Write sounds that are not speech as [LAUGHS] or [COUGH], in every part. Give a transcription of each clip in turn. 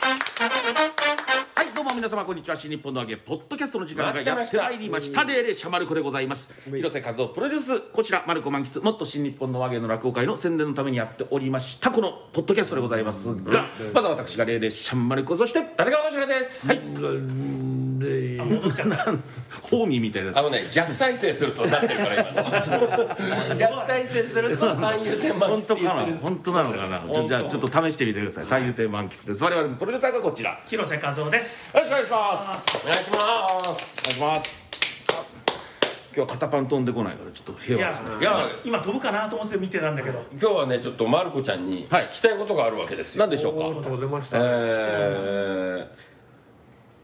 はいどうも皆様こんにちは新日本の揚げポッドキャストの時間が待ってやまっしてたまいりましたでーれしゃまる子でございます広瀬和夫プロデュースこちらまる子満喫もっと新日本の揚げの落語会の宣伝のためにやっておりましたこのポッドキャストでございますがまずは私がでーれしゃまる子そして立川志らくです、ホーミーみたいなあのね逆再生するとなってるか [LAUGHS] ら今逆再生すると三遊亭満本喫当って言っかてなる本当なのかな本当じゃあちょっと試してみてください三遊亭満喫です我々のプロデューサーがこちらよ広瀬和夫ですろしくお願いしますお願いしますお願いします今日は肩パン飛んでこないからちょっとい平和やですねいや今飛ぶかなと思って見てたんだけど今日はねちょっとまる子ちゃんにはい聞きたいことがあるわけですよ、何でしょうか出ましえた。ー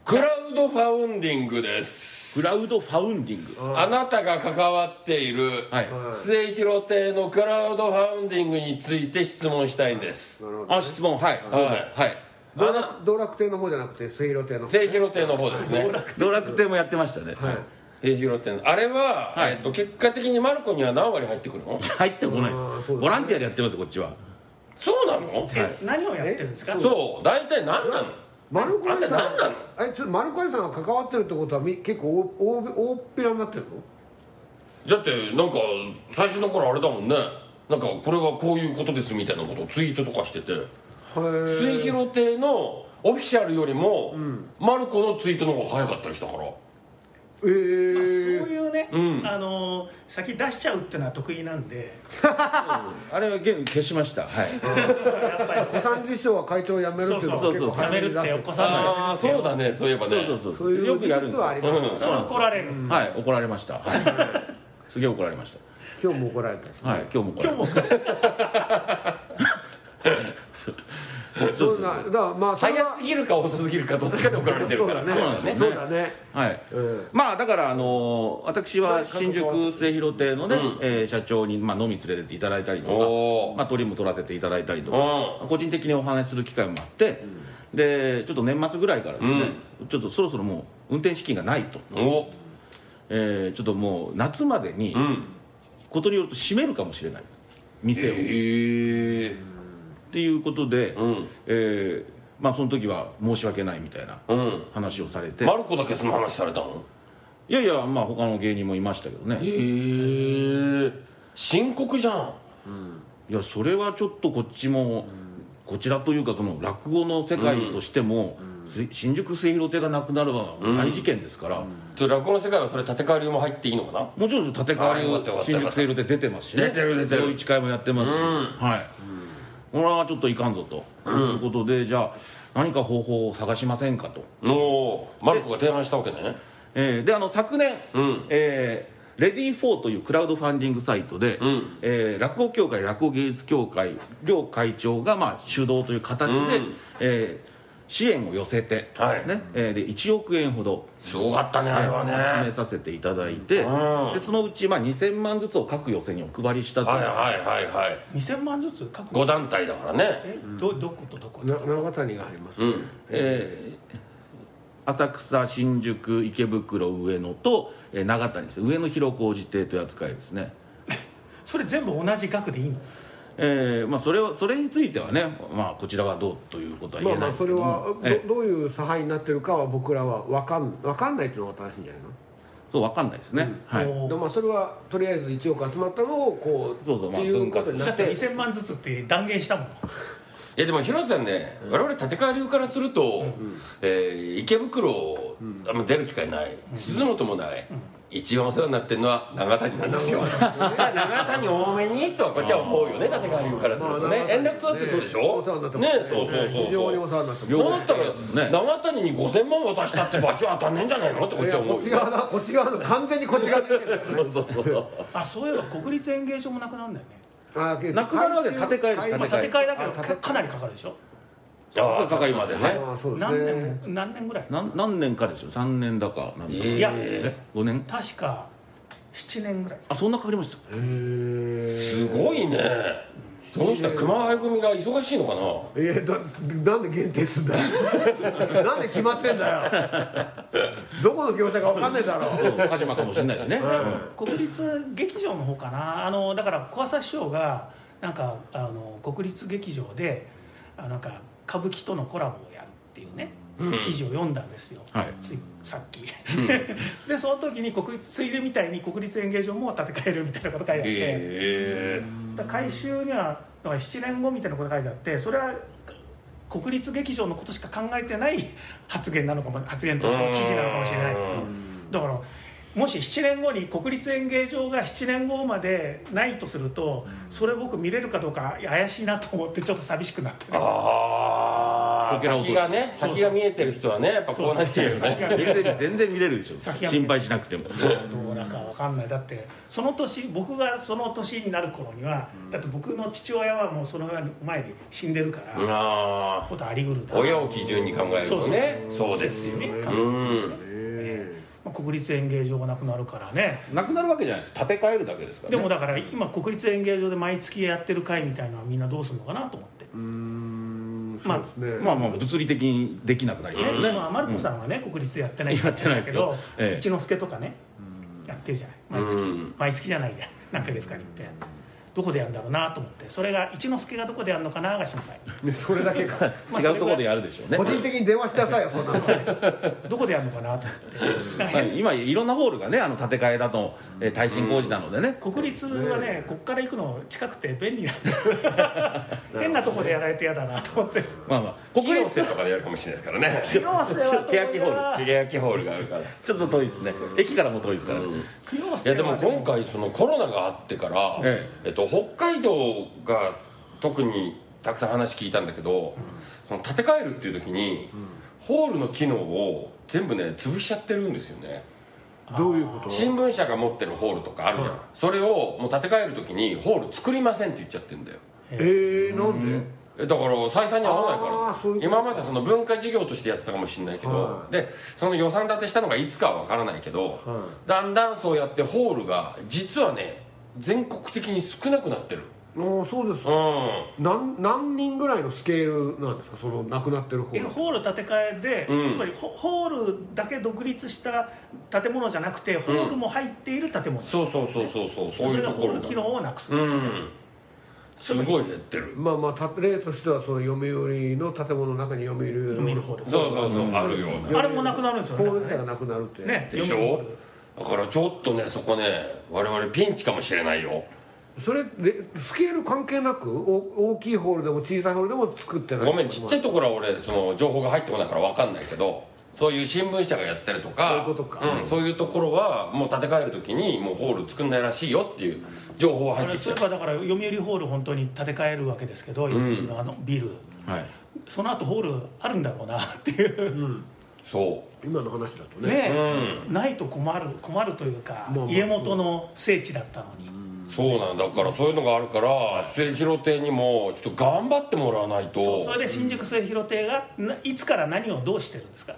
クラウドファウンディングですクラウドファウンディングあなたが関わっているはい末広亭のクラウドファウンディングについて質問したいんですあ質問はいどうぞはいあな道楽亭の方じゃなくて水路亭の。末広亭の [LAUGHS] 方ですねドラクテもやってましたねはい。末広亭のあれは、はいえっと、結果的にマルコには何割入ってくるの入ってこないであーそうですすねボランティアでやってますこっちはそうなのえ何をやってるんですかそう大体何なのマルコあんイたさん何なのえ、ちょっとマルコイさんが関わってるってことはみ結構大大大っぴらになってるだの？ってなんか最初の頃あれだもんねなんかこれはこういうことですみたいなことをツイートとかしてて末へえ。広亭のオフィシャルよりも、マルコのツイートの方が早かったりしたからまあそえうー。いうね、うんあのー先出しちゃうっていうのは得意なんであれはゲーム消しましたはいやっぱり小三治師匠は会長を辞めるっていうのそがうそう結そう構やめ早めるにって出よす。こさないああそうだねそういえばねそうそうそそうういうよくやるんです実はありよます。うんそれは怒られる、はい怒られましたはいすげえ怒られまし今日も怒られた。たはい今日も怒られ今ま日もしそうだ。だからまあそれ早はすぎるか遅すぎるかどっちかで送られてるからそうだねそうだね。たはいうんまあだからあのー私は新宿末広亭のねうんえー社長にまあ飲み連れてっていただいたりとおかお、まあ鳥も取らせていただいたりとかう個人的にお話しする機会もあってでちょっと年末ぐらいからですねちょっとそろそろもう運転資金がないとおえーちょっともう夏までにうんことによると閉めるかもしれない店を、ええっていうことで、うんえーまあその時は申し訳ないみたいなうん話をされて、マルコだけその話されたのいやいやまあ他の芸人もいましたけどねええ深刻じゃんいやそれはちょっとこっちも、こちらというかその落語の世界としても、す新宿末広亭がなくなれば大事件ですから、それ落語の世界はそれ立川流も入っていいのかなもちろん立て替わりあーよかったよかをった新宿セールで出てますし、ね、出てる出てる一会もやってますし、うんはい、これはちょっといかんぞと、いうことでじゃあ何か方法を探しませんかと、おーマルコが提案したわけねえーであの昨年、うんえーレディーフォーというクラウドファンディングサイトで、うんえー落語協会落語芸術協会両会長が、まあ、主導という形で、うんえー支援を寄せて、はいねえーで1億円ほどすごかったねあれはね集めさせていただいて、うんでそのうちまあ2000万ずつを各寄せにお配りしたと、はいはいはいはい2000万ずつ確5保団体だからねえどどことどことな長谷があります。うんえー浅草新宿池袋上野と、えー長谷です上野広小路邸という扱いですねそれ全部同じ額でいいのえーまあ、それはそれについてはね、まあ、こちらはどうということはま言あえないまあですそけれどもはえどどういう差配になってるかは僕らはわかんわかんないっていうのが正しいんじゃないの？そう分かんないですね、はい、もでうまあそれはとりあえず1億集まったのをこうそうそうまあっていうことになだっってて2000万ずつって断言したもんいやでも広瀬さんね我々立川流からするとえー池袋あんま出る機会ない鈴本もない一番お世話になってるのは長谷なんですよ長谷多めにとはこっちは思うよね立川流からするとね円楽とだってそうでしょお世話になってまねすそうそうそう非常にそおう世話になってますどうなったらね長谷に5000万渡したって罰は当たんねえんじゃないのってこっいちやはこ思うっちよ側だこっち側の完全にこっ [LAUGHS] ち側だけどそうそうそうあそういえば国立演芸場もなくなるんだよね、あけどなくなるわけで建て替えるし改修まあ、建建てて替替えだけどあ建て替かえかなりかかるでしょああ高いまでねああそうです何ね年も何年ぐらいなん何年かですよ3年だか何だかええいやえ5年確か7年ぐらいあそんなかかりましたへえすごいねこの人は熊谷組が忙しいのかないやだなんで限定すんだよ [LAUGHS] なんで決まってんだよどこの業者か分かんねえだろ鹿島かもしれないですね国立劇場の方かなあのだから小朝師匠がなんかあの国立劇場であなんか歌舞伎とのコラボをやるっていうね、記事を読んだんですよ、はいついさっき [LAUGHS] でその時に国立ついでみたいに国立演芸場も建て替えるみたいなこと書いてあって、えだから改修にはだから7年後みたいなことが書いてあってそれは国立劇場のことしか考えてない [LAUGHS] 発言なのかも発言とその記事なのかもしれないですけどだからもし7年後に国立演芸場が7年後までないとするとそれ僕見れるかどうか怪しいなと思ってちょっと寂しくなってねああこけら落と先しがね先が見えてる人はねやっぱこうなっちゃうよねえ全然全然見れるでしょ先は心配しなくても [LAUGHS] どうだかわかんないだってその年僕がその年になる頃にはだって僕の父親はもうその前に死んでるから、あことありぐるあだ親を基準に考えるとねそうですようねんまあ、国立演芸場がなくなるからねなくなるわけじゃないです建て替えるだけですからねでもだから今国立演芸場で毎月やってる会みたいのはみんなどうするのかなと思って、うーんまあそうですね、まあまあ物理的にできなくなりますねよねまあ、マルコさんはね、国立でやってないやってないけですよど、ええ一之輔とかねやってるじゃない毎月、うん毎月じゃないや何ヶ月かにいっぺんどこでやるんだろうなと思ってそれが一之輔がどこでやるのかなが心配それだけかまあ違うところでやるでしょうね個人的に電話しなさいよそんなのどこでやるのかなと思ってなんかは変い今いろんなホールがねあの建て替えだと、えー耐震工事なのでね、国立はね、こっから行くの近くて便利なん [LAUGHS] で変なとこでやられて嫌だなと思ってまあまあ国国立立とかでやるかもしれないですから [LAUGHS] ね広瀬は遠い [LAUGHS] 欅ホールなけやきホールがある [LAUGHS] からいちょっと遠いですね駅からも遠いですから、ね広瀬やはでも今回そのコロナがあってから、ええっと、北海道が特にたくさん話聞いたんだけど、その建て替えるっていう時に、ホールの機能を全部ね潰しちゃってるんですよねどういうこと新聞社が持ってるホールとかあるじゃん、それをもう建て替える時にホール作りませんって言っちゃってんだよえー、なんでえだから採算に合わないあかーそうらいうこと今までその文化事業としてやってたかもしれないけど、はでその予算立てしたのがいつかは分からないけど、はだんだんそうやってホールが実はね全国的に少なくなってるおーそうですうなん何人ぐらいのスケールなんですかその亡くなってる方えホール建て替えで、うんつまりホホールだけ独立した建物じゃなくてホールも入っている建物、んそうそうそうそうそうそうそいれうがとホこーろルが機能をなくす、うんすごい減ってるまあまあた例としてはその読売の建物の中に読売の読売ホールそうそうそう、あるようなあれもなくなるんですよホねール自体がなくなるってねでし読売ホょだからちょっとねそこね我々ピンチかもしれないよそれれスケール関係なくお大きいホールでも小さいホールでも作ってないごめんちっちゃいところは俺その情報が入ってこないから分かんないけどそういう新聞社がやったりとかそういうことかんそういうところはもう建て替える時にもうホール作んないらしいよっていう情報があ入ってれきそてれからだから読売ホール本当に建て替えるわけですけど、あのビルはい、その後ホールあるんだろうなっていう、そ今の話だとねねう、ないと困る困るというか、まあまあ家元の聖地だったのに、うん、そうなんだからそういうのがあるから末広亭にもちょっと頑張ってもらわないとそうそれで新宿末広亭がないつから何をどうしてるんですか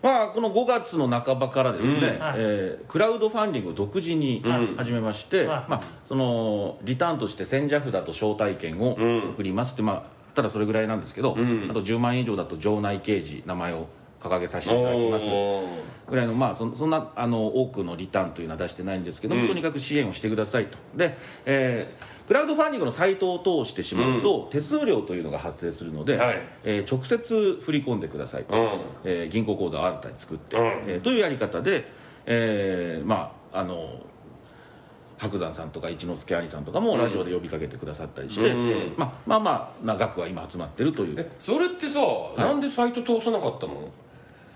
まあこの5月の半ばからですね、うんはいえークラウドファンディングを独自にうん始めまして、はいまあ、そのリターンとして千社札と招待券をうん送りますって、まあ、ただそれぐらいなんですけど、んあと10万円以上だと場内掲示名前を掲げさせていただきますおーぐらいの、まあ、そそんなあの多くのリターンというのは出してないんですけども、うんとにかく支援をしてくださいとで、えークラウドファンディングのサイトを通してしまうと、手数料というのが発生するので、はいえー直接振り込んでくださいと、うんえー銀行口座を新たに作って、うんえーというやり方で、えーまああの白山さんとか一之輔兄さんとかもラジオで呼びかけてくださったりして、うんえーまあまあまあな額は今集まってるというえそれってさ、なんでサイト通さなかったの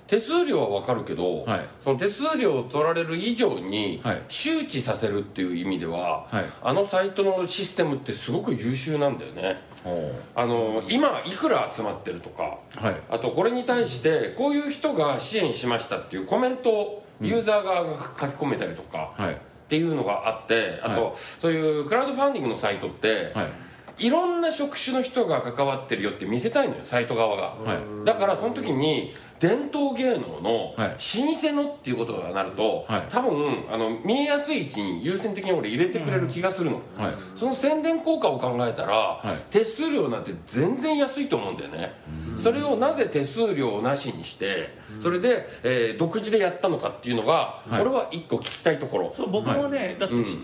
手数料は分かるけど、はいその手数料を取られる以上に、はい周知させるっていう意味では、はいあのサイトのシステムってすごく優秀なんだよねおあの今いくら集まってるとかーはいあとこれに対してこういう人が支援しましたっていうコメントをユーザー側が書き込めたりとか、はいっていうのがあってあと、はそういうクラウドファンディングのサイトって、はいいろんな職種の人が関わってるよって見せたいのよサイト側が、はいだからその時に伝統芸能のはい老舗のっていうことになると、はい多分あの見えやすい位置に優先的に俺入れてくれる気がするの、はいその宣伝効果を考えたら、い手数料なんて全然安いと思うんだよねそれをなぜ手数料なしにしてそれで、えー独自でやったのかっていうのが、はい俺は一個聞きたいところそう僕もね、だってしうん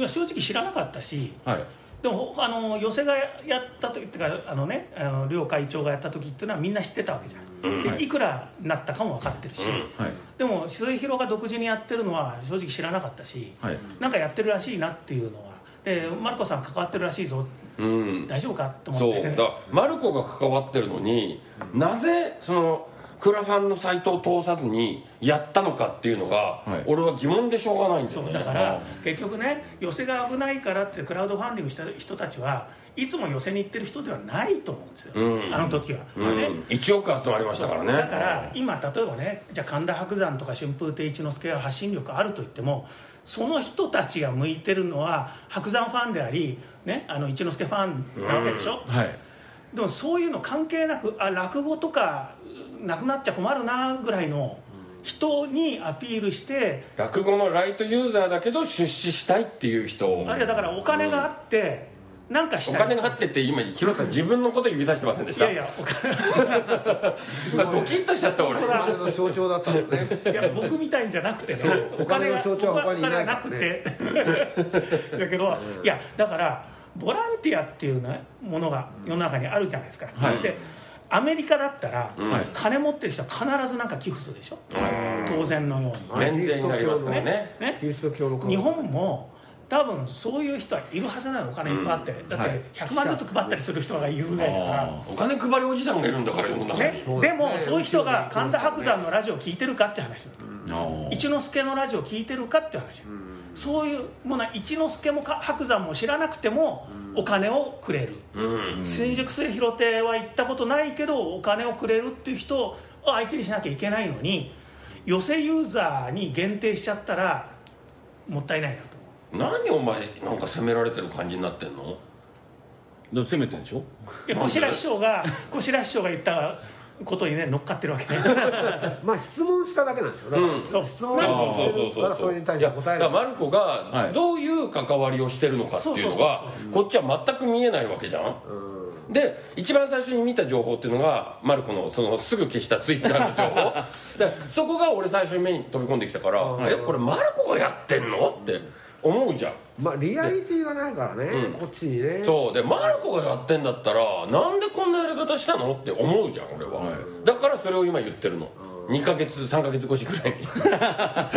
今正直知らなかったしはいでもほあの寄席がやった時っていうかあのねあの両会長がやった時っていうのはみんな知ってたわけじゃん、うんではいいくらなったかも分かってるし、はいでも末広が独自にやってるのは正直知らなかったし、はいなんかやってるらしいなっていうのはでマルコさん関わってるらしいぞうん大丈夫かとそ思うってだからマルコが関わってるのになぜそのクラファンのサイトを通さずにやったのかっていうのが、はい俺は疑問でしょうがないんだ [LAUGHS] そようねだから結局ね寄せが危ないからってクラウドファンディングした人たちはいつも寄せに行ってる人ではないと思うんですよ、うんあの時は、うんね1億集まりましたからねだから今例えばねじゃあ神田伯山とか春風亭一之輔は発信力あると言ってもその人たちが向いてるのは伯山ファンであり、ね、あの一之輔ファンなわけでしょ、はいでもそういうの関係なくあ落語とかうなくなっちゃ困るなぐらいの人にアピールして落語のライトユーザーだけど出資したいっていう人あるいはだからお金があってなんかしおたい金があってって今広瀬さん自分のこと指さしてませんでしいたやいやお金まあドキッとしちゃった俺そうおだ金の象徴だったのね [LAUGHS] いや僕みたいんじゃなくてねお金の象徴は他にいないお金がなくて [LAUGHS] だけどいやだからボランティアっていう、ね、ものが世の中にあるじゃないですか、はいでアメリカだったら、んはい金持ってる人は必ずなんか寄付するでしょ、当然のように免税になりますからねねキリスト教の顔日本も多分そういう人はいるはずなのお金いっぱいあって、だっはいて100万ずつ配ったりする人がいるぐらいだから、あお金配りおじさんがいるんだから世の中にね、でもそういう人が神田伯山のラジオ聞いてるかって話なのあー一之輔のラジオ聞いてるかって話なのそういうものは一之輔もか白山も知らなくてもお金をくれるうん新宿末広亭は行ったことないけどお金をくれるっていう人を相手にしなきゃいけないのに寄せユーザーに限定しちゃったらもったいないなと何お前なんか責められてる感じになってんのでも攻めてるでしょいや小白師匠が小白師匠が言ったことにね乗っかってるわけねまあ質問しただけなんでしょだから、うん質問そうそうそうそからうそれに対いしてやだか答えらるマルコがいどういう関わりをしてるのかっていうのがそうそうこっちは全く見えないわけじゃんで一番最初に見た情報っていうのがマルコのそのすぐ消したツイッターの情報でそこが俺最初に目に飛び込んできたから「えこれマルコがやってんの?」って思うじゃんまあリアリティがないからね、こっちにねそうでマルコがやってんだったらなんでこんなやり方したのって思うじゃん俺は、はいだからそれを今言ってるの2ヶ月3ヶ月越しぐらいにだか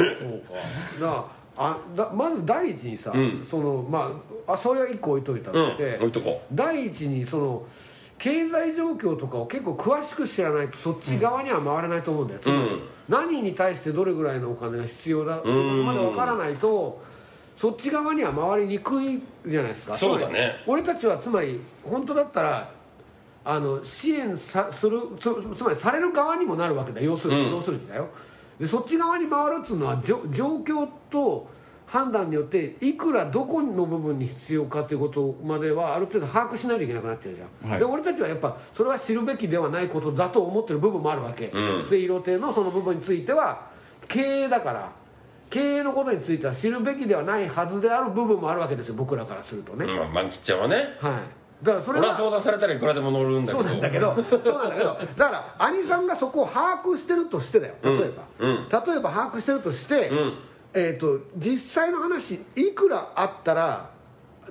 らあだまず第一にさ、うんそのまああそれは一個置いといたうんとして、置いとこ第一にその経済状況とかを結構詳しく知らないとそっち側には回れないと思うんだよ、つまり何に対してどれぐらいのお金が必要だっていうのまで分からないとそっち側には回りにくいじゃないですかそうだねつまり俺たちはつまり本当だったらあの支援さするつつまりされる側にもなるわけだ要するに、うん要するにだよでそっち側に回るっつうのはじょ状況と判断によっていくらどこの部分に必要かということまではある程度把握しないといけなくなっちゃうじゃん、はいで俺たちはやっぱそれは知るべきではないことだと思ってる部分もあるわけうん水路亭のその部分については経営だから経営のことについては知るべきではないはずである部分もあるわけですよ僕らからするとう、ね、うん、マンキッちゃんはねはいだからそれ俺はは相談されたらいくらでも乗るんだけそうどなんだけど、そうなんだけど、だから兄さんがそこを把握してるとしてだよ。例えうば、ん例えば把握してるとして、んえっ、と実際の話いくらあったら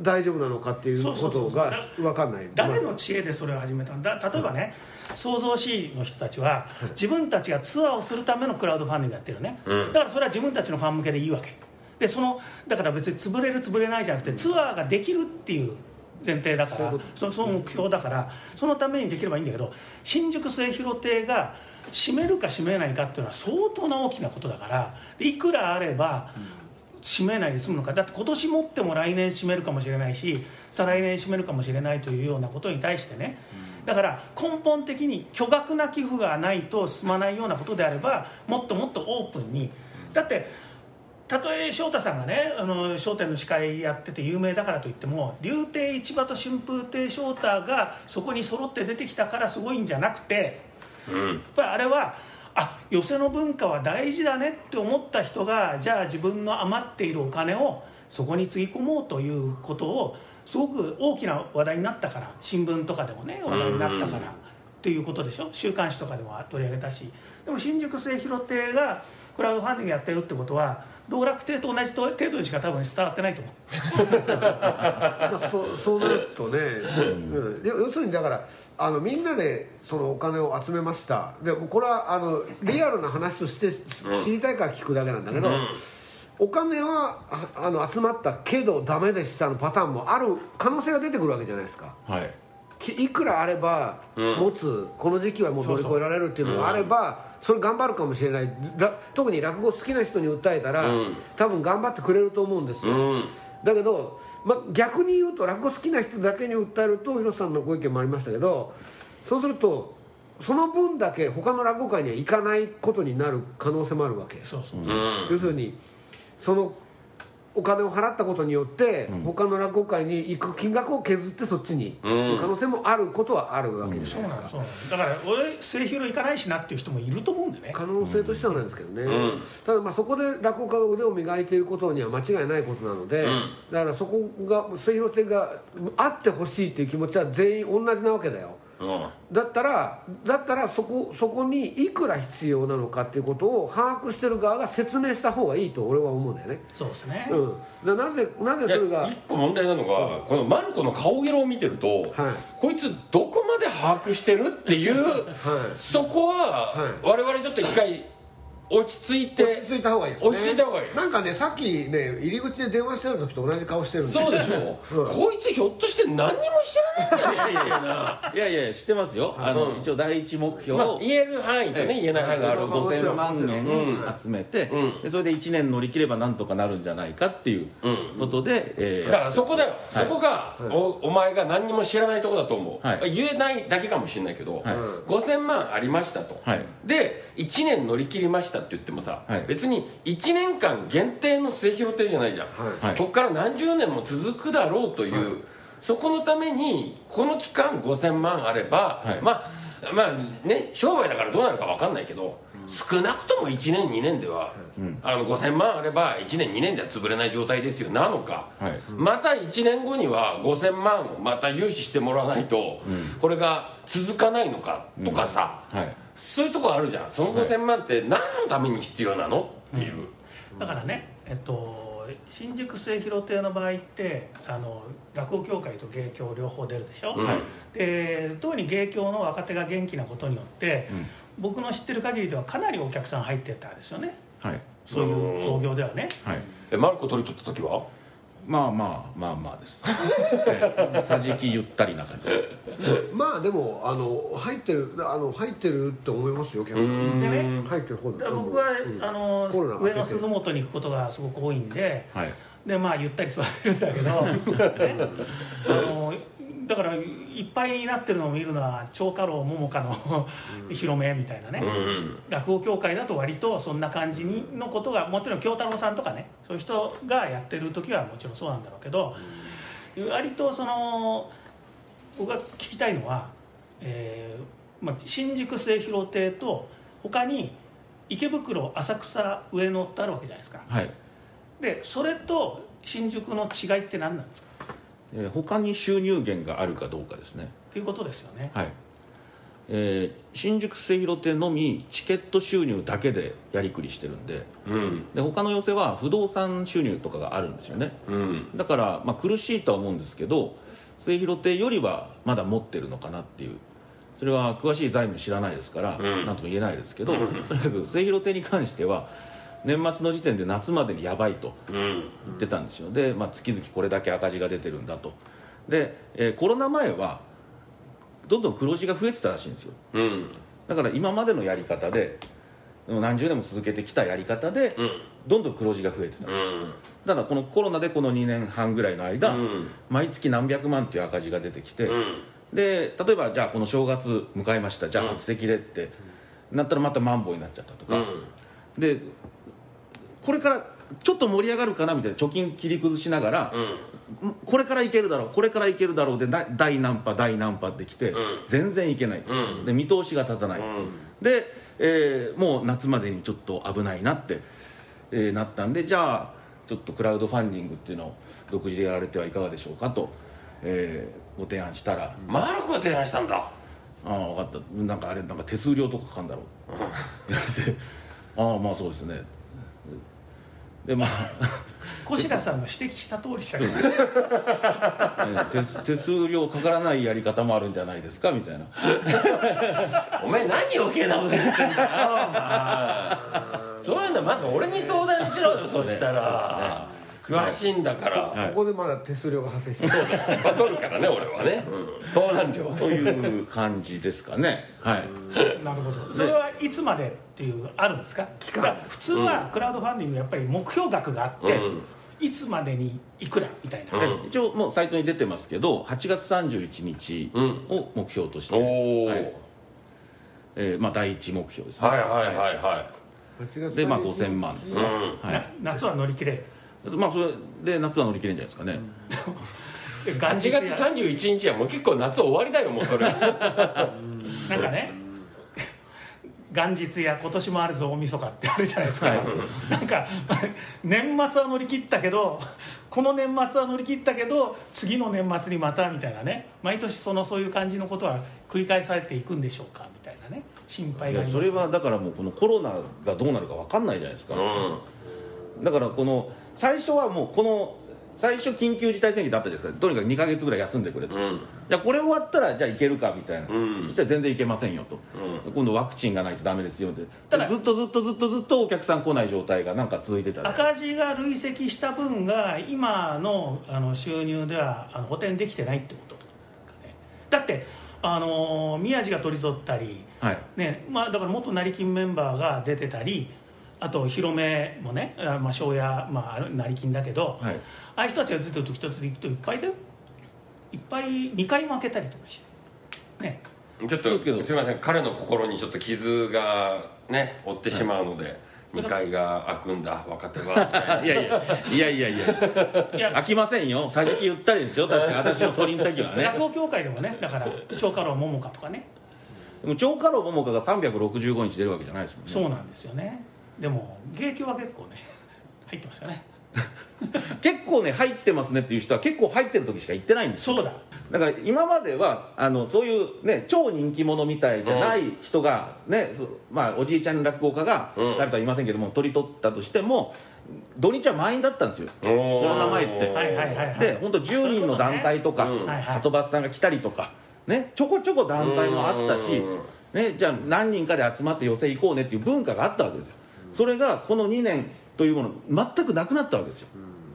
大丈夫なのかっていうそうそこうそとうそうがわかんない。誰の知恵でそれを始めたんだ例えばね創造 C の人たちは自分たちがツアーをするためのクラウドファンディングやってるよね、だからそれは自分たちのファン向けでいいわけでそのだから別に潰れる潰れないじゃなくてツアーができるっていう前提だからそその目標だからそのためにできればいいんだけど新宿末広亭が閉めるか閉めないかっていうのは相当な大きなことだからでいくらあれば、閉めないで済むのかだって今年持っても来年閉めるかもしれないし再来年閉めるかもしれないというようなことに対してね、だから根本的に巨額な寄付がないと進まないようなことであればもっともっとオープンにだってたとえ翔太さんがねあの『笑点』の司会やってて有名だからといっても竜亭市場と春風亭翔太がそこに揃って出てきたからすごいんじゃなくてうんやっぱりあれはあ寄席の文化は大事だねって思った人がじゃあ自分の余っているお金をそこにつぎ込もうということをすごく大きな話題になったから新聞とかでもね話題になったから、っていうことでしょ週刊誌とかでも取り上げたしでも新宿末広亭がクラウドファンディングやってるってことは道楽亭と同じ程度にしか多分伝わってないと思うまあ、そうそうなるとね、うん、で要するにだからあのみんなでそのお金を集めましたでこれはあのリアルな話として知りたいから聞くだけなんだけど、お金はああの集まったけどダメでしたのパターンもある可能性が出てくるわけじゃないですかはいきいくらあれば持つ、この時期はもう乗り越えられるっていうのがあればそれ頑張るかもしれないら特に落語好きな人に訴えたら、うん多分頑張ってくれると思うんですよ、うんだけど、まあ、逆に言うと落語好きな人だけに訴えると広瀬さんのご意見もありましたけどそうするとその分だけ他の落語界には行かないことになる可能性もあるわけそうそううん要するにそのお金を払ったことによって、他の落語会に行く金額を削ってそっちに行く可能性もあることはあるわけじゃそうないなですのか、そうなのだから俺末広行かないしなっていう人もいると思うんでね可能性としてはないんですけどね、んただまあそこで落語家が腕を磨いていることには間違いないことなので、だからそこが末広亭があってほしいっていう気持ちは全員同じなわけだようんだったらだったらそこそこにいくら必要なのかっていうことを把握してる側が説明した方がいいと俺は思うんだよね、そうですね、うん、だなぜなぜいやそれが一個問題なのがこのマルコの顔色を見てると、はいこいつどこまで把握してるっていう、そこは、はい我々ちょっと一回落ち着い落てち着いた方がいいです、ね、落ち着いた方がいいなんかねさっきね入り口で電話してる時と同じ顔してるんそうでしょ、うんこいつひょっとして何にも知らないんじゃないかないやいや知ってますよあの一応第一目標まあ言える範囲とね、ええ言えない範囲があるまあもち5000ろん万円集めて、うでそれで1年乗り切ればなんとかなるんじゃないかっていうことで、えだーからそこだよ、そこが、いおお前が何にも知らないとこだと思う、はい言えないだけかもしれないけど、はい5000万ありましたと、はいで1年乗り切りましたって言ってもさ、はい別に1年間限定の末広亭じゃないじゃん、はいはいこっから何十年も続くだろうという、そこのためにこの期間5000万あれば、はいまあまあね商売だからどうなるか分かんないけど、少なくとも1年2年では、あの5000万あれば1年2年では潰れない状態ですよなのか、はいまた1年後には5000万をまた融資してもらわないと、これが続かないのかとかさ、はいそういうとこあるじゃんその5000万って何のために必要なのっていう、だからね、えっと、新宿末広亭の場合ってあの落語協会と芸協両方出るでしょ、はいで特に芸協の若手が元気なことによって、僕の知ってる限りではかなりお客さん入ってたんですよねはいそういう興行ではねはいえマルコ取り取った時はまあまあまあまあです [LAUGHS] ええさじきゆったりな感じまあでもあの入ってるあの入ってるって思いますよキャンでね入ってる方だから僕は、うんあのコロナが明け上て野鈴本に行くことがすごく多いんではいでまあゆったり座れるんだけど、ね、あのだからいっぱいになってるのを見るのは蝶花楼桃花の [LAUGHS] 広めみたいなね、うん落語協会だと割とそんな感じにのことがもちろん京太郎さんとかねそういう人がやってる時はもちろんそうなんだろうけど、割とその僕が聞きたいのは、えーまあ、新宿末広亭と他に池袋浅草上野ってあるわけじゃないですかはい、でそれと新宿の違いって何なんですかえー他に収入源があるかどうかですねっていうことですよねはい、えー新宿末広亭のみチケット収入だけでやりくりしてるんでうんで他の寄せは不動産収入とかがあるんですよねうんだから、まあ、苦しいとは思うんですけど末広亭よりはまだ持ってるのかなっていうそれは詳しい財務知らないですからん何、なん、とも言えないですけど、とにかく末広亭に関しては年末の時点で夏までにやばいとうん言ってたんですよで、まあ、月々これだけ赤字が出てるんだとで、えーコロナ前はどんどん黒字が増えてたらしいんですようんだから今までのやり方でもう何十年も続けてきたやり方で、うんどんどん黒字が増えてたうんただこのコロナでこの2年半ぐらいの間、うん毎月何百万っていう赤字が出てきて、うんで例えばじゃあこの正月迎えましたじゃあ初席でって、なったらまたマンボウになっちゃったとうか、んでこれからちょっと盛り上がるかなみたいな貯金切り崩しながら、んこれからいけるだろうこれからいけるだろうでな大難波大難波ってきて、全然いけない、で見通しが立たない、で、えーもう夏までにちょっと危ないなって、えーなったんでじゃあちょっとクラウドファンディングっていうのを独自でやられてはいかがでしょうかと、えーご提案したら。マルコが提案したんだああ分かったなんかあれなんか手数料とかかかんだろうで [LAUGHS] ああまあそうですねでま小白さんの指摘した通りしたけどあ [LAUGHS] ね手手数料かからないやり方もあるんじゃないですかみたいなお前何余計なこと言ってんだよそういうのまず俺に相談しろよそしたら詳しいんだからはいここでまだ手数料が発生してるバトるからね俺はね相談料という感じですかねはいなるほどそれはいつまでっていうあるんですかだから普通はクラウドファンディングやっぱり目標額があって、うんいつまでにいくらみたいな、うん一応もうサイトに出てますけど8月31日を目標として、おおははいいえーまあ、第一目標ですね、はいはいはでまあ5000万ですいね、うんはな夏は乗り切れるい、まあそれで夏は乗り切れるんじゃないですかね、元8日月や31日はもう結構夏終わりだよもうそれなんかね元日や今年もあるぞ大晦日ってあるじゃないですか、はいなんか年末は乗り切ったけどこの年末は乗り切ったけど次の年末にまたみたいなね毎年そのそういう感じのことは繰り返されていくんでしょうかみたいなね心配いがあやりそますれはだからもうこのコロナがどうなるか分かんないじゃないですか、うんだからこの最初はもうこの最初緊急事態宣言だったじゃないですかとにかく2か月ぐらい休んでくれと、うんじゃあこれ終わったらじゃあいけるかみたいな、うんそしたら全然いけませんよと、今度ワクチンがないとダメですよってただずっとずっとずっとずっとお客さん来ない状態がなんか続いてたら赤字が累積した分が今のあの収入ではあの補填できてないってことかねだってあの宮地が取り取ったりはいねまあ、だから元成金メンバーが出てたりあと広めもねあまあ庄屋、まああの、成金だけど、はいああいう人たちが出てる時と行くといっぱいだよいっぱい2回負けたりとかしてねちょそうっとですけどすみません彼の心にちょっと傷がね負ってしまうので、二2階が開くんだ若 [LAUGHS] 手はいやいやいやいやいやいや飽きませんよ桟敷ゆったりですよ確か私の鳥の時はね落語協会でもねだから長家老桃花とかねでも長家老桃花が365日出るわけじゃないですもんねそうなんですよねでも芸協は結構ね [LAUGHS] 入ってましたね結構ね入ってますねっていう人は結構入ってる時しか行ってないんですそうだだから今まではあのそういうね超人気者みたいじゃない人がね、そうまあおじいちゃん落語家がう誰んとは言いませんけども取り取ったとしても土日は満員だったんですよおおこの名前ってはいはいはいはいで本当10人の団体とかそういうことねうんはとバスさんが来たりとかねちょこちょこ団体もあったしうんねじゃあ何人かで集まって寄席行こうねっていう文化があったわけですよそれがこの2年というもの全くなくなったわけですよ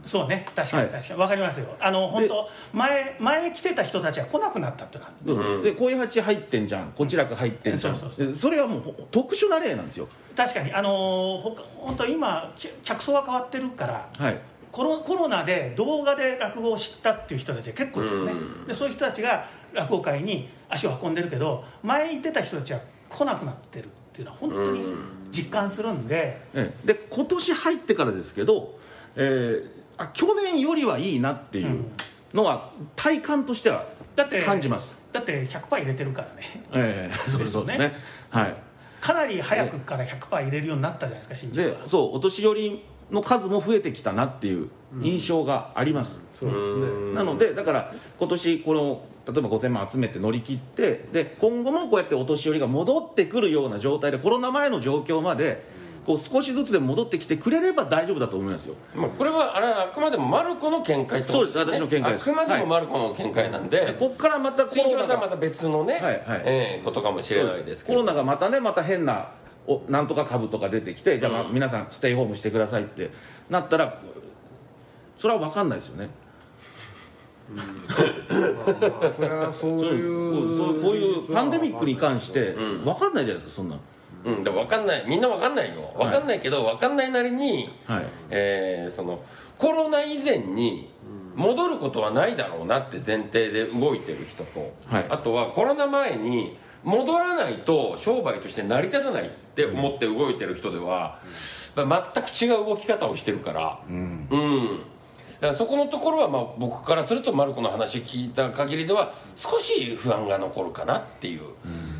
そうね確かに確かに、わかりますよあの本当前前来てた人たちは来なくなったってのはでこういう鉢入ってんじゃんこちらが入ってんじゃんそうそうそでそれはもうほ特殊な例なんですよ確かにあのーほか本当今き客層は変わってるからはいコロコロナで動画で落語を知ったっていう人たちが結構いるのね、うでそういう人たちが落語会に足を運んでるけど前行ってた人たちは来なくなってるっていうのは本当に実感するんで、ええで今年入ってからですけど、えーあ去年よりはいいなっていうのは体感としてはだって感じます、だって100%入れてるからねええ [LAUGHS] そうそうですねねはいかなり早くから100%入れるようになったじゃないですか新宿ではそうお年寄りの数も増えてきたなっていう印象があります、そうですねなのでだから今年この例えば5000万集めて乗り切ってで今後もこうやってお年寄りが戻ってくるような状態でコロナ前の状況までこう少しずつでも戻ってきてくれれば大丈夫だと思いますよまあ、これはあれあくまでもマルコの見解ってこそうとです私の見解ですあくまでもマルコの見解なんで、でここからまたコ新ロ広ナさんはがまた別のね、はいはいえーことかもしれないですけコどロナがまたねまた変なおなんとか株とか出てきてじゃあまあ皆さんステイホームしてくださいってなったらそれは分かんないですよねまあそれはそうそういうそうこういうパンデミックに関してうん分かんないじゃないですかそんなのうん、でも分かんないみんな分かんないよ分かんないけど、分かんないなりに、はいえーそのコロナ以前に戻ることはないだろうなって前提で動いてる人と、はいあとはコロナ前に戻らないと商売として成り立たないって思って動いてる人では、まあ全く違う動き方をしてるからうん、だからそこのところはまあ僕からするとマルコの話聞いた限りでは少し不安が残るかなっていう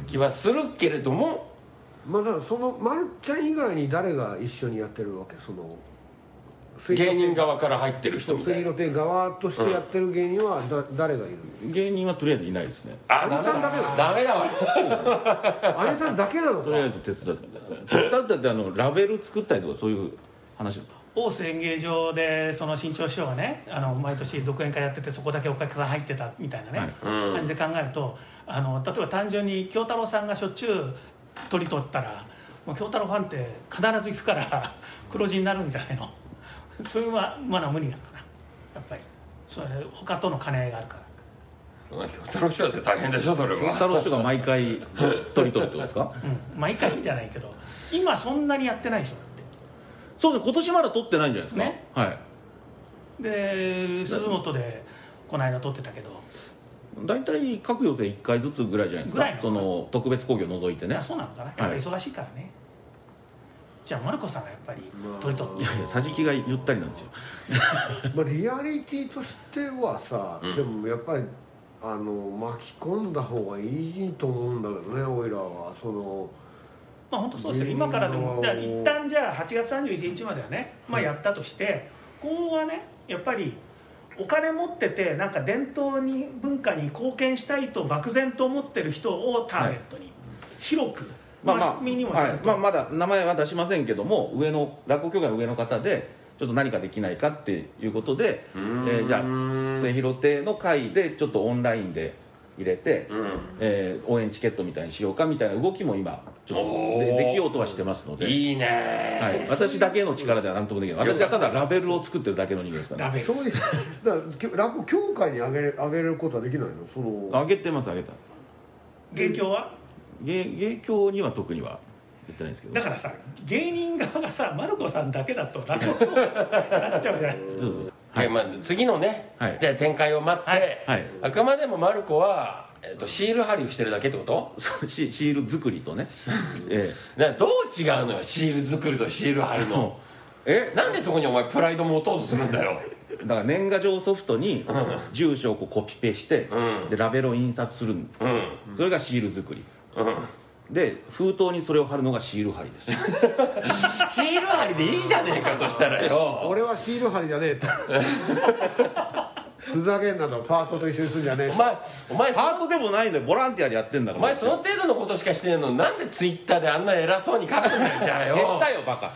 気はするけれども、まあだからそのまるちゃん以外に誰が一緒にやってるわけその芸人側から入ってる人みた水いな色亭側としてやってる芸人はだ、誰がいる [LAUGHS] 芸人はとりあえずいないですねあダメだダメだわの姉さんだけなのかとりあえず手伝って手伝ったってあのラベル作ったりとかそういう話ですか大須演芸場でその新潮師匠がねあの毎年独演会やっててそこだけお客さん入ってたみたいなね、感じで考えるとあの例えば単純に京太郎さんがしょっちゅう取り取ったらもう京太郎ファンって必ず行くから [LAUGHS] 黒字になるんじゃないのそういうままだ無理なのかなやっぱりそれ他との兼ね合いがあるから京都の人だって大変でしょそれ京は太郎師匠が毎回取り取るってことですかうん毎回じゃないけど今そんなにやってないでしょだそうです今年まだ取ってないんじゃないですかねはいってで鈴本でこの間撮ってたけど大体各予選1回ずつぐらいじゃないですぐらいかのその特別興行除いてねあそうなのかなやっぱり忙しいからね、じゃあマルコさんがやっぱり取り取っいてやいや桟敷がゆったりなんですよまあ、リアリティとしてはさ、でもやっぱりあの巻き込んだ方がいいと思うんだけどねオイラはそのまあ本当そうですよ今からでもじゃあ一旦じゃあ8月31日まではね、まあ、やったとして、今後はねやっぱりお金持っててなんか伝統に文化に貢献したいと漠然と思ってる人をターゲットに、広く、マスコミにもちゃんと、はいまあ、まだ名前は出しませんけども上の落語協会の上の方でちょっと何かできないかっていうことで、えーじゃあ末広亭の会でちょっとオンラインで入れて、えー応援チケットみたいにしようかみたいな動きも今ちょっとでおーできようとはしてますので、いいねはい、私だけの力では何ともできない私はただラベルを作ってるだけの人間ですから、ラね、ベルそういうだから落語協会にあげあげることはできないのその上げてます上げた芸協は芸芸協には特には言ってないんですけどだからさ芸人側がさマルコさんだけだと落語になっちゃ [LAUGHS] うじゃないどうぞはい、まあ、次のね、はいで展開を待って、はいあくまでもマルコは、えっとシール貼りをしてるだけってことそうシシール作り [LAUGHS] とね、ええだからどう違うのよシール作りとシール貼りのえなんでそこにお前プライド持とうとするんだよだから年賀状ソフトに住所をこうコピペして、うでラベルを印刷するんうんそれがシール作りうんで封筒にそれを貼るのがシール貼りです [LAUGHS] シール貼りでいいじゃねえかそしたらよ俺はシール貼りじゃねえ [LAUGHS] とふざけんなとパートと一緒にするんじゃねえおと前お前そパートでもないのよボランティアでやってんだかおら前その程度のことしかしてねえのになんでツイッターであんな偉そうに書くんだよじゃあよ消したよバカ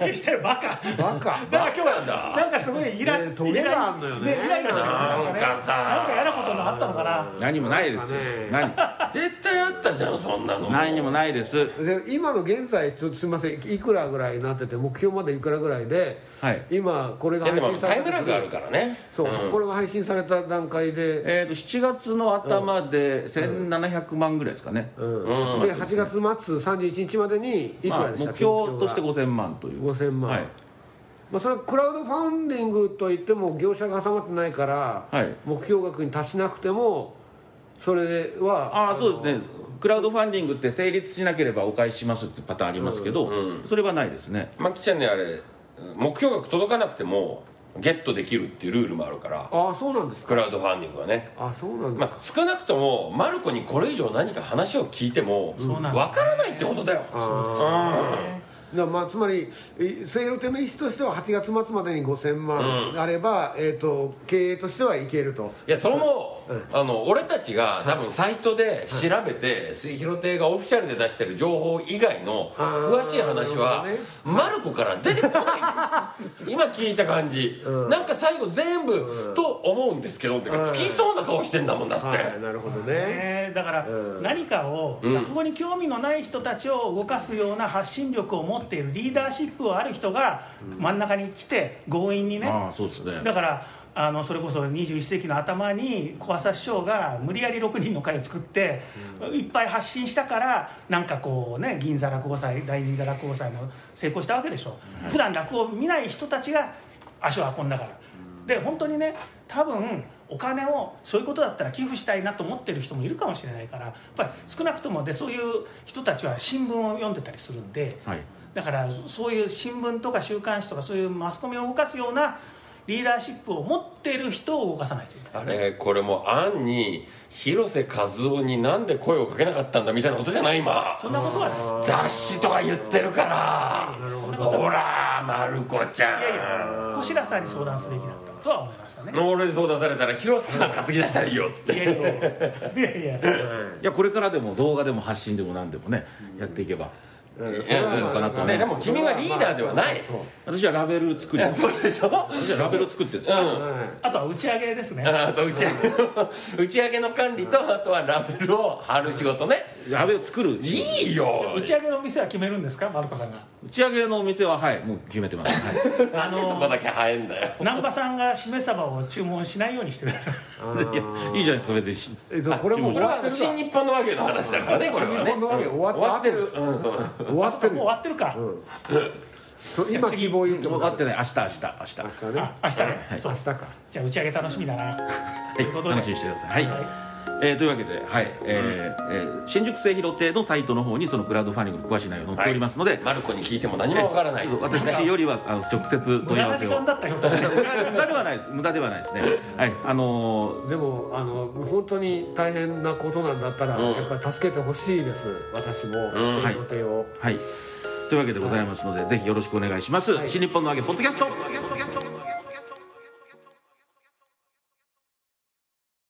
消してるバカバカだから今バカ日だなんかすごいイライねラトゲがあんのよねイライラしてるなんかさなんか嫌なことのあったのかな [LAUGHS] 何もないですよなん何絶対あったじゃんそんなの何にもないですで今の現在ちょっとすみませんいくらぐらいになってて目標までいくらぐらいで、はい今これがいやで配も信さタイれムたラグがあるからねそう、これが配信された段階でえー、と7月の頭で1700万ぐらいですかね、うんで8月末31日までにいくまあ、ら目でした標っけとして5000万という5000万はい、まあ、それはクラウドファンディングといっても業者が挟まってないから、はい目標額に達しなくてもそれはああそうですねクラウドファンディングって成立しなければお返ししますってパターンありますけど、それはないですねマキちゃんねあれ目標額届かなくてもゲットできるっていうルールもあるからああそうなんですかクラウドファンディングはねあそうなんですまあ、少なくともマルコにこれ以上何か話を聞いてもそうなんだわからないってことだよだからまあつまりい西洋亭の意思としては8月末までに5000万あれば、えー、と経営としてはいけるといやそれも、あの俺たちが多分サイトで調べて水広亭がオフィシャルで出してる情報以外のあー詳しい話は、なるマルコから出てこない今聞いた感じ、なんか最後全部、と思うんですけどってかつきそうな顔してんだもんだって、はいなるほどねねだから何かを落語に興味のない人たちを動かすような発信力を持っているリーダーシップある人が真ん中に来て強引にねああそうですねだからあのそれこそ21世紀の頭に小朝師匠が無理やり6人の会を作って、いっぱい発信したからなんかこうね銀座落語祭大銀座落語祭も成功したわけでしょ、普段落語を見ない人たちが足を運んだから、で本当にね多分お金をそういうことだったら寄付したいなと思ってる人もいるかもしれないからやっぱり少なくともでそういう人たちは新聞を読んでたりするんで、はいだからそそういう新聞とか週刊誌とかそういうマスコミを動かすようなリーダーシップを持っている人を動かさないといけないあれこれも暗に広瀬和夫になんで声をかけなかったんだみたいなことじゃない今そんなことはない雑誌とか言ってるからそんなことはほらまる子ちゃんいやいや小白さんに相談すべきだったとは思いましたね俺に相談されたら広瀬さん担ぎ出したらいいよっつっていやいやいやいやいやいやこれからでも動画でも発信でも何でもねやっていけばいやそうかなとねでも君はリーダーではない私はラベル作いりや私 [LAUGHS] そうでしょはラベル作ってるんですうよんあとは打ち上げですねあと打ち上げの打ち上げの管理とあとはラベルを貼る仕事ねラベル作るいいよ打ち上げの店は決めるんですかマルコさんが打ち上げのお店ははいもう決めてます、はいなんでそこだけ早いんだよ南波さんがしめ鯖を注文しないようにしてくださいいやいいじゃないですか別にしえとこれもうこ終れわってはる新日本のわけの話だからねこれはね新日本のわけうん終わ終わった後ってるうんそう終わあっそてこ [LAUGHS] るもう終わってるか、そう今希望言って終もわらってない明日明日明日明日ねあ明日ね、そう明日かじゃあ打ち上げ楽しみだな、ということはい、楽でしみにしてください。はいえーというわけで、はいえーえー新宿聖広亭のサイトの方にそのクラウドファンディングの詳しい内容載っておりますので、マルコに聞いても何もわからない私よりはあの直接無問い合駄わなせ時を間だったよひょっとして無駄無駄ではないです無駄ではないですね、はいあのでもあの本当に大変なことなんだったら、うんやっぱり助けてほしいです私も、そういう予定ーを。はいというわけでございますので、ぜひよろしくお願いします、い新日本のわけポッドキャスト